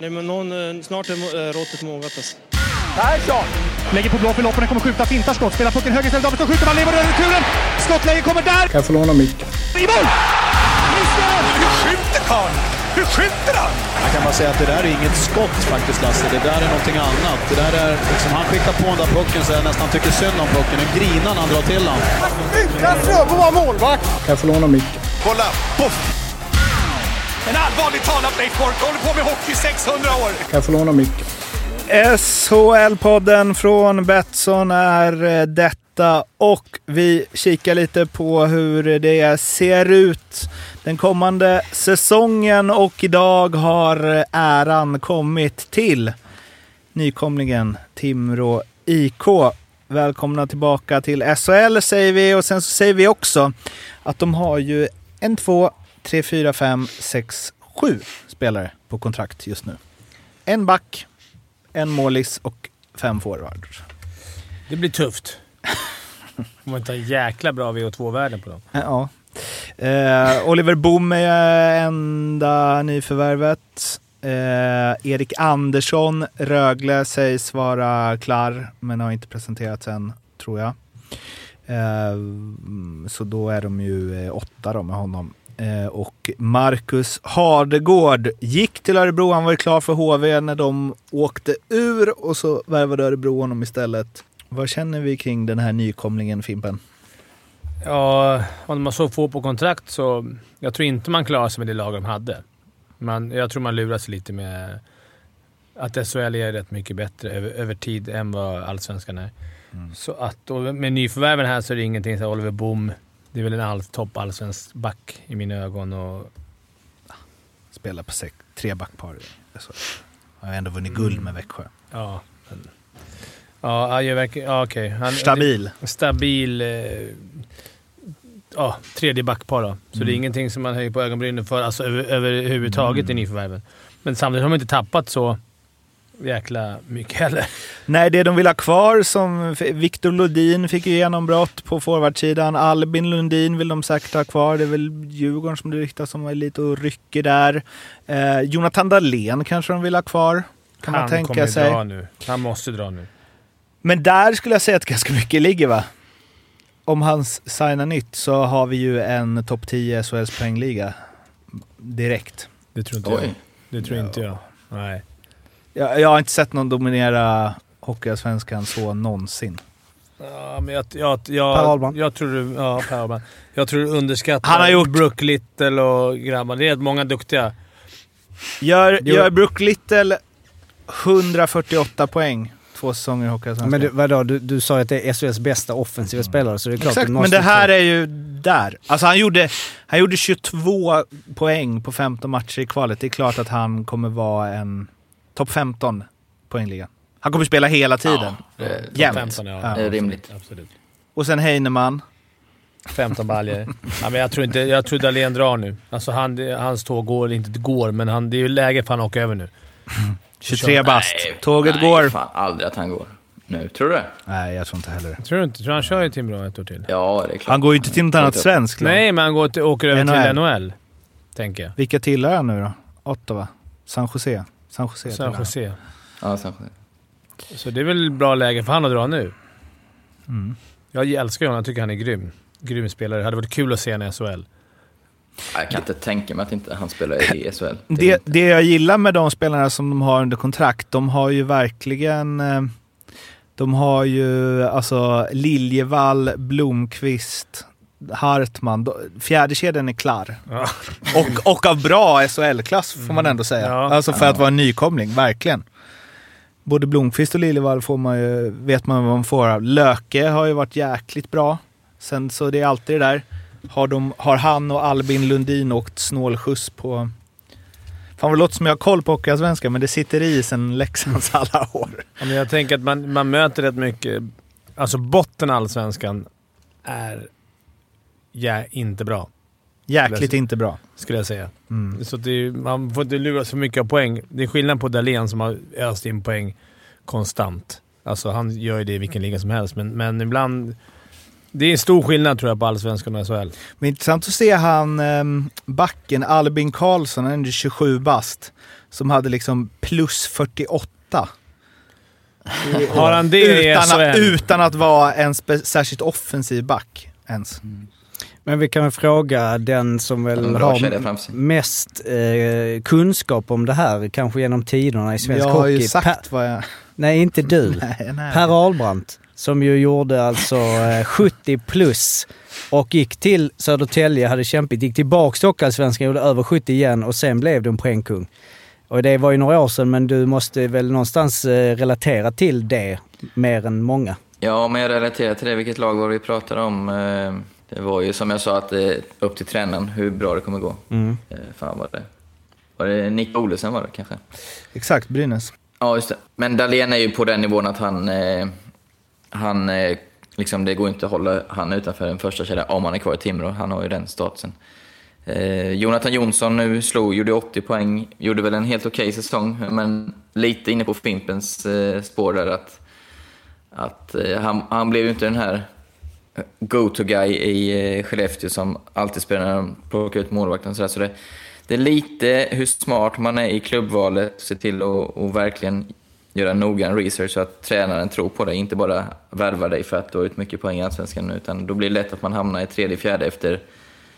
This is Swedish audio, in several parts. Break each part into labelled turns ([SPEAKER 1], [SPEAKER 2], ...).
[SPEAKER 1] Nej, men någon, eh, snart är eh, råttet mogat alltså.
[SPEAKER 2] Persson!
[SPEAKER 3] Lägger på blå för loppen, kommer skjuta, fintar skott, spelar pucken höger istället, Davidsson skjuter, man lever över returen! Skottläge kommer där!
[SPEAKER 4] Kan jag få låna micken?
[SPEAKER 3] I mål! Missar!
[SPEAKER 2] Hur skjuter karln? Hur skjuter han?
[SPEAKER 5] Jag kan bara säga att det där är inget skott faktiskt Lasse. Det där är någonting annat. Det där är liksom, han skickar på den där pucken så jag nästan tycker synd om pucken. Den grinar när han drar till den.
[SPEAKER 2] Utan Fröbo var målvakt.
[SPEAKER 4] Kan jag få låna micken?
[SPEAKER 2] Kolla! Poff! En allvarligt talat Leif Boork håller på med hockey i 600 år.
[SPEAKER 4] Kan jag få låna micken?
[SPEAKER 6] SHL-podden från Betsson är eh, detta och vi kikar lite på hur det ser ut den kommande säsongen och idag har eh, äran kommit till nykomlingen Timrå IK. Välkomna tillbaka till SHL säger vi och sen så säger vi också att de har ju en, två, tre, fyra, fem, sex, sju spelare på kontrakt just nu. En back, en målis och fem forwards.
[SPEAKER 7] Det blir tufft. Om man inte har jäkla bra VO2-värden på dem.
[SPEAKER 6] Eh, Ja. Eh, Oliver Boom är eh, enda nyförvärvet. Eh, Erik Andersson, Rögle, sägs vara klar men har inte presenterats än, tror jag. Eh, så då är de ju eh, åtta då med honom. Eh, och Marcus Hardegård gick till Örebro. Han var ju klar för HV när de åkte ur och så värvade Örebro honom istället. Vad känner vi kring den här nykomlingen, Fimpen?
[SPEAKER 7] Ja, om man så få på kontrakt så... Jag tror inte man klarar sig med det lag de hade. Man, jag tror man luras lite med att SHL är rätt mycket bättre över, över tid än vad Allsvenskan är. Så att, och med nyförvärven här så är det ingenting så här, Oliver Boom. Det är väl en all, topp allsvensk back i mina ögon. Och,
[SPEAKER 6] spelar på sex, tre backpar. Alltså, har ändå vunnit guld med Växjö.
[SPEAKER 7] ja, men, ja, han gör verkligen... Ja, okej. Han-
[SPEAKER 6] Stabil.
[SPEAKER 7] stabil eh, ja, tredje backpar. Då. Så det är ingenting som man höjer på ögonbrynen för alltså, över, överhuvudtaget i nyförvärven. Men samtidigt har de inte tappat så jäkla mycket heller.
[SPEAKER 6] Nej, det de vill ha kvar som Viktor Lundin fick ju genombrott på forwardsidan. Albin Lundin vill de säkert ha kvar. Det är väl Djurgården som det ryktas som är lite och rycker där. Eh, Jonathan Dahlén kanske de vill ha kvar. Kan man tänka
[SPEAKER 7] kommer
[SPEAKER 6] sig.
[SPEAKER 7] dra nu. Han måste dra nu.
[SPEAKER 6] Men där skulle jag säga att ganska mycket ligger va? Om han s- signar nytt så har vi ju en topp 10 SHLs poängliga direkt.
[SPEAKER 7] Det tror inte jag. Det tror inte jag. Nej.
[SPEAKER 6] Jag, jag har inte sett någon dominera Hockeyallsvenskan så någonsin.
[SPEAKER 7] Ja, men jag, jag, jag,
[SPEAKER 3] Per Ahlman.
[SPEAKER 7] Jag tror du, ja, per Ahlman. Jag tror du underskattar
[SPEAKER 6] Han har gjort-
[SPEAKER 7] Brook Little och grabbarna. Det är rätt många duktiga.
[SPEAKER 6] Gör,
[SPEAKER 7] Jo.
[SPEAKER 6] gör Brook Little 148 poäng två säsonger i Hockeyallsvenskan.
[SPEAKER 3] Men du, vadå, du, du sa ju att det är SHLs bästa offensiva
[SPEAKER 4] Mm.
[SPEAKER 3] spelare, så det är klart
[SPEAKER 6] Exakt,
[SPEAKER 3] du
[SPEAKER 6] men det här är ju där. Alltså han gjorde, han gjorde 22 poäng på 15 matcher i kvalet. Det är klart att han kommer vara en topp 15 poängliga. Han kommer spela hela tiden. Jämnt.
[SPEAKER 7] 15, ja.
[SPEAKER 6] Ja.
[SPEAKER 8] Det är rimligt.
[SPEAKER 7] Absolut.
[SPEAKER 6] Och sen Heinemann.
[SPEAKER 7] 15 baljor. Ja, men jag tror, inte, jag tror Dahlén drar nu. Alltså han, det- hans tåg går, inte det går, men han, det är ju läge för han åka över nu.
[SPEAKER 6] 23 bast.
[SPEAKER 8] Nej,
[SPEAKER 6] Tåget
[SPEAKER 8] nej,
[SPEAKER 6] går.
[SPEAKER 8] Fan, aldrig att han går. Nu, tror du det?
[SPEAKER 6] Nej, jag tror inte heller det.
[SPEAKER 7] Tror du inte? Tror han kör i Timrå ett år till?
[SPEAKER 8] Ja, det är klart.
[SPEAKER 6] Han går ju inte till något annat svenskt lag.
[SPEAKER 7] Nej, men han går till, åker över
[SPEAKER 6] NHL.
[SPEAKER 7] till NHL, tänker jag.
[SPEAKER 6] Vilka tillhör han nu då? Ottawa? San Jose? San Jose
[SPEAKER 7] San
[SPEAKER 6] tillhör han.
[SPEAKER 7] Jose.
[SPEAKER 8] Ja, sen.
[SPEAKER 7] Så det är väl bra läge för han att dra nu.
[SPEAKER 6] Mm.
[SPEAKER 7] Jag älskar ju honom. Jag tycker han är grym. Grym spelare. Det hade varit kul att se honom i SHL.
[SPEAKER 8] Jag kan inte tänka mig att inte han spelar i SHL. Det,
[SPEAKER 6] Det, det jag gillar med de spelarna som de har under kontrakt, de har ju verkligen... eh, De har ju alltså Liljevall, Blomqvist, Hartman. De- Fjärdekedjan är klar.
[SPEAKER 7] Ja. Mm.
[SPEAKER 6] Och, och av bra SHL-klass får man ändå säga.
[SPEAKER 7] Ja.
[SPEAKER 6] Alltså för att vara en nykomling, verkligen. Både Blomqvist och Liljevall får man ju, vet man vad man får av. Löke har ju varit jäkligt bra. Sen så det är alltid det där. Har, de, har han och Albin Lundin åkt snålskjuts på... Fan vad det låter som jag har koll på Hockeyallsvenskan, men det sitter i sen Leksands alla år.
[SPEAKER 7] Ja, men jag tänker att man, man möter rätt mycket... Alltså botten i allsvenskan är ja, inte bra.
[SPEAKER 6] Jäkligt inte bra.
[SPEAKER 7] skulle jag säga.
[SPEAKER 6] Mm.
[SPEAKER 7] Så att det är, man får inte luras för mycket av poäng. Det är skillnad på Dahlén som har öst in poäng konstant. Alltså han gör ju det i vilken liga som helst, men, men ibland Det är en stor skillnad tror jag på allsvenskan och SHL.
[SPEAKER 6] Men intressant att se han ehm, backen Albin Karlsson, han är ändå 27 bast, som hade liksom plus 48.
[SPEAKER 7] Har han det i
[SPEAKER 6] utan, att,
[SPEAKER 7] SHL?
[SPEAKER 6] utan att vara en spe- särskilt offensiv back ens.
[SPEAKER 9] Mm. Men vi kan väl fråga den som
[SPEAKER 8] En
[SPEAKER 9] väl
[SPEAKER 8] bra kedja
[SPEAKER 9] har
[SPEAKER 8] framför sig.
[SPEAKER 9] mest eh, kunskap om det här, kanske genom tiderna i svensk
[SPEAKER 6] jag har
[SPEAKER 9] hockey.
[SPEAKER 6] ju
[SPEAKER 9] Per,
[SPEAKER 6] sagt vad jag...
[SPEAKER 9] nej, inte du.
[SPEAKER 6] Nej, nej.
[SPEAKER 9] Per Ahlbrandt, som ju gjorde alltså eh, 70 plus och gick till Södertälje, hade kämpigt, gick tillbaka till Hockeyallsvenskan, gjorde över 70 igen och sen blev de poängkung. Och det var ju några år sedan, men du måste väl någonstans eh, relatera till det mer än många.
[SPEAKER 8] Ja, men jag relaterar till det. Vilket lag var det vi pratade om? Eh, Det var ju som jag sa, att det är upp till tränaren hur bra det kommer gå.
[SPEAKER 6] Mm.
[SPEAKER 8] Eh, Fan var det? Var det Nick Olesen var det kanske?
[SPEAKER 6] Exakt, Brynäs.
[SPEAKER 8] Ja, just det. Men Dahlén är ju på den nivån att han... Eh, han eh, liksom, det går inte att hålla han utanför den första kedjan om han är kvar i Timrå. Han har ju den statusen. Eh, Jonathan Jonsson nu slog, gjorde 80 poäng. Gjorde väl en helt okej säsong, men lite inne på Fimpens eh, spår där att... att eh, han, han blev ju inte den här go-to-guy i eh, Skellefteå som alltid spelar när de plockar ut målvakten. och sådär. Så det, det är lite hur smart man är i klubbvalet, se till att och verkligen göra noggrann research så att tränaren tror på dig, inte bara värva dig för att du har ut mycket poäng i Allsvenskan nu, utan då blir det lätt att man hamnar i tredje, fjärde efter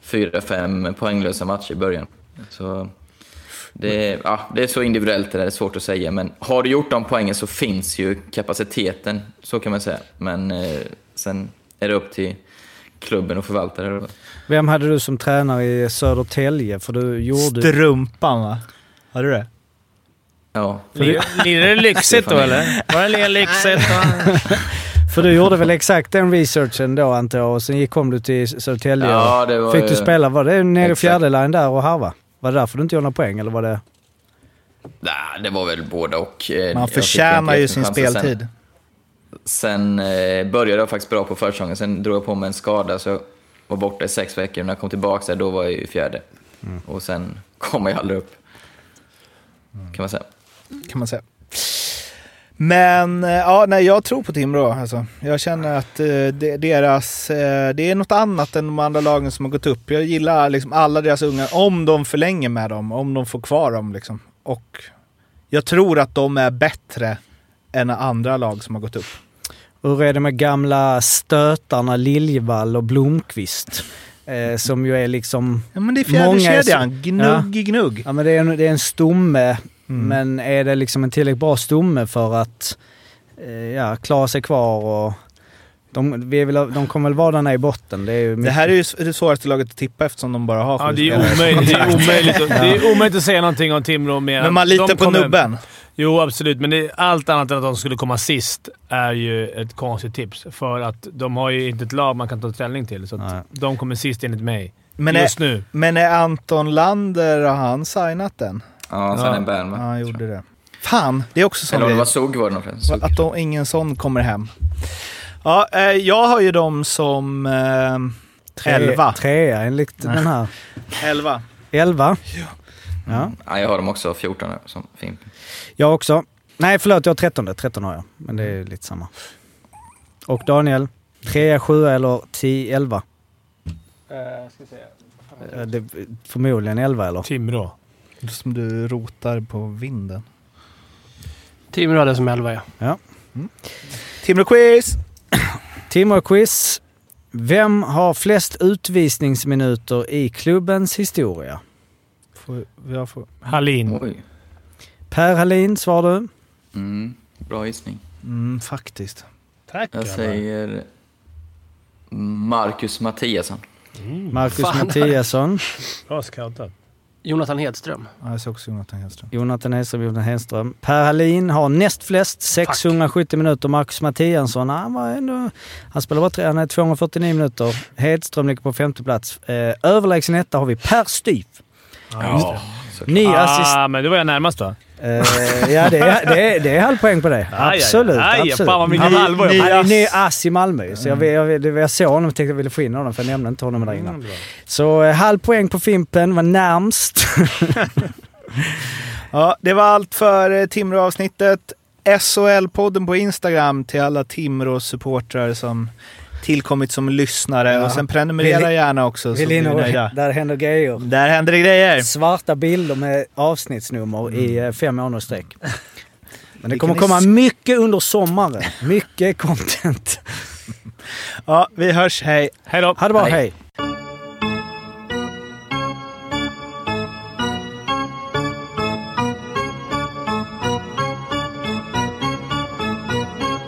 [SPEAKER 8] fyra, fem poänglösa matcher i början. Så det, är- ja, det är så individuellt det där, det är svårt att säga, men har du gjort de poängen så finns ju kapaciteten, så kan man säga. Men eh, sen är det upp till klubben att förvalta det. då.
[SPEAKER 9] Vem hade du som tränare i Södertälje? För du gjorde...
[SPEAKER 6] Strumpan va? Har du det?
[SPEAKER 8] Ja,
[SPEAKER 7] Lirar det lyxigt då eller? Var det lite lyxigt? då?
[SPEAKER 9] För du gjorde väl exakt den researchen då antar jag och sen gick, kom du till Södertälje
[SPEAKER 8] Ja, det
[SPEAKER 9] och
[SPEAKER 8] var
[SPEAKER 9] fick
[SPEAKER 8] ju-
[SPEAKER 9] du spela. Var det nere i
[SPEAKER 8] Exakt.
[SPEAKER 9] fjärde line där och harva? Var det därför du inte gjorde några poäng eller var det...
[SPEAKER 8] nej, det var väl båda och. eh,
[SPEAKER 6] Man
[SPEAKER 8] jag fick
[SPEAKER 6] förtjänar
[SPEAKER 8] inte
[SPEAKER 6] ju sin
[SPEAKER 8] jättemycket chanser.
[SPEAKER 6] speltid.
[SPEAKER 8] Sen, sen eh, började jag faktiskt bra på försäsongen, sen drog jag på mig en skada så jag var borta i sex veckor. När jag kom tillbaka där, då var jag i fjärde.
[SPEAKER 6] Mm.
[SPEAKER 8] Och sen kom jag aldrig upp, kan man säga.
[SPEAKER 6] kan man säga. Men eh, ja, nej, jag tror på Timrå. Alltså. Jag känner att eh, de, deras, eh, det är något annat än de andra lagen som har gått upp. Jag gillar liksom alla deras unga, om de förlänger med dem, om de får kvar dem. Liksom. Och jag tror att de är bättre än andra lag som har gått upp.
[SPEAKER 9] Hur är det med gamla stötarna Liljevall och Blomqvist? Eh, som ju är liksom...
[SPEAKER 6] Ja, men det är
[SPEAKER 9] Många är
[SPEAKER 6] fjärde kedjan.
[SPEAKER 9] så-
[SPEAKER 6] Gnugg i gnugg.
[SPEAKER 9] Ja men det är en, det är en stomme,
[SPEAKER 6] Mm.
[SPEAKER 8] Mm.
[SPEAKER 9] men är det liksom en tillräckligt bra stomme för att eh, ja, klara sig kvar och... De, vi är väl, de kommer väl vara där nere i botten. Det är ju
[SPEAKER 6] Det här är ju s- det svåraste laget att tippa eftersom de bara har
[SPEAKER 7] Ja,
[SPEAKER 6] sju
[SPEAKER 7] det är
[SPEAKER 6] spelare.
[SPEAKER 7] omöjligt. Det är omöjligt, att, det är omöjligt att säga någonting om Timrå mer.
[SPEAKER 6] Men man litar
[SPEAKER 7] De
[SPEAKER 6] på
[SPEAKER 7] kommer-
[SPEAKER 6] nubben.
[SPEAKER 7] Jo, absolut. Men det, allt annat än att de skulle komma sist är ju ett konstigt tips. För att de har ju inte ett lag man kan ta ställning till. Så
[SPEAKER 9] Nej.
[SPEAKER 7] att de kommer sist enligt mig.
[SPEAKER 6] Men är,
[SPEAKER 7] Just nu.
[SPEAKER 6] men är Anton Lander, har han signat den?
[SPEAKER 8] Ja, sen
[SPEAKER 7] Ja.
[SPEAKER 8] en bärn,
[SPEAKER 6] Ja,
[SPEAKER 8] va?
[SPEAKER 6] han gjorde det. Fan, det är också sån
[SPEAKER 8] Eller om det
[SPEAKER 6] grej.
[SPEAKER 8] var Zug var det nog. förresten. Zug.
[SPEAKER 6] Att de, ingen sån kommer hem. Ja, eh, jag har ju dem som... Eh,
[SPEAKER 9] Tre-
[SPEAKER 6] elva.
[SPEAKER 9] Trea enligt den här.
[SPEAKER 6] elva.
[SPEAKER 9] Elva? Ja.
[SPEAKER 8] Ja, jag har dem också 14 nu, som Fimpen.
[SPEAKER 9] Jag också. Nej, förlåt, jag har trettonde. Tretton har jag. Men det är lite samma. Och Daniel? Trea, sjua eller tio, elva? Eh, Det, förmodligen elva eller?
[SPEAKER 7] Timrå.
[SPEAKER 6] Som du rotar på vinden.
[SPEAKER 10] Timrå hade som elva, ja.
[SPEAKER 6] Mm. Timrå-quiz!
[SPEAKER 9] Timrå-quiz. Vem har flest utvisningsminuter i klubbens historia?
[SPEAKER 6] Får- jag får-
[SPEAKER 7] Hallin.
[SPEAKER 8] Oj.
[SPEAKER 9] Per Hallin, svarar du.
[SPEAKER 8] Mm. Bra gissning.
[SPEAKER 6] Mm, faktiskt.
[SPEAKER 7] Tack
[SPEAKER 8] Jag säger Marcus Mattiasson.
[SPEAKER 9] Marcus
[SPEAKER 10] Fan.
[SPEAKER 9] Mattiasson,
[SPEAKER 7] Bra scoutat.
[SPEAKER 10] Jonathan Hedström.
[SPEAKER 6] Ja, jag ser också Jonathan Hedström.
[SPEAKER 9] Jonathan Hedström, Jonathan Hedström. Per Hallin har näst flest, 670 minuter. Marcus Mattiasson, han var ändå... Han spelar bara tre, han är 249 minuter. Hedström ligger på femte plats. Eh, överlägsen etta har vi Per Styf.
[SPEAKER 8] Ja,
[SPEAKER 9] Ny assist...
[SPEAKER 7] Ah, men det var jag närmast va?
[SPEAKER 9] Eh, ja, det är, det, är, det är halv poäng på det.
[SPEAKER 7] aj, aj.
[SPEAKER 9] Absolut.
[SPEAKER 7] Aj,
[SPEAKER 9] absolut.
[SPEAKER 7] fan vad mycket Mm.
[SPEAKER 9] Han-
[SPEAKER 7] halvor jag-
[SPEAKER 9] Han är ny ass i Malmö så jag, vill- jag, jag, jag såg honom och tänkte jag ville få in honom för jag nämnde inte honom där
[SPEAKER 7] Mm,
[SPEAKER 9] innan. Så eh, halv poäng på Fimpen, var närmst.
[SPEAKER 6] Ja, det var allt för eh, Timrå-avsnittet. SHL-podden på Instagram till alla Timrå-supportrar som tillkommit som lyssnare.
[SPEAKER 9] Ja.
[SPEAKER 6] Och sen prenumerera
[SPEAKER 9] Vill-
[SPEAKER 6] gärna också så blir ni
[SPEAKER 9] Elinor,
[SPEAKER 6] nöjda.
[SPEAKER 9] där händer grejer.
[SPEAKER 6] Där händer det grejer.
[SPEAKER 9] Svarta bilder med avsnittsnummer i
[SPEAKER 6] Mm.
[SPEAKER 9] eh, fem månaders sträck. Men det
[SPEAKER 6] Vilken
[SPEAKER 9] kommer
[SPEAKER 6] is-
[SPEAKER 9] komma mycket under sommaren. Mycket content.
[SPEAKER 6] Ja, vi hörs. Hej!
[SPEAKER 7] Hej då!
[SPEAKER 9] Ha det bra,
[SPEAKER 8] Nej.
[SPEAKER 9] hej!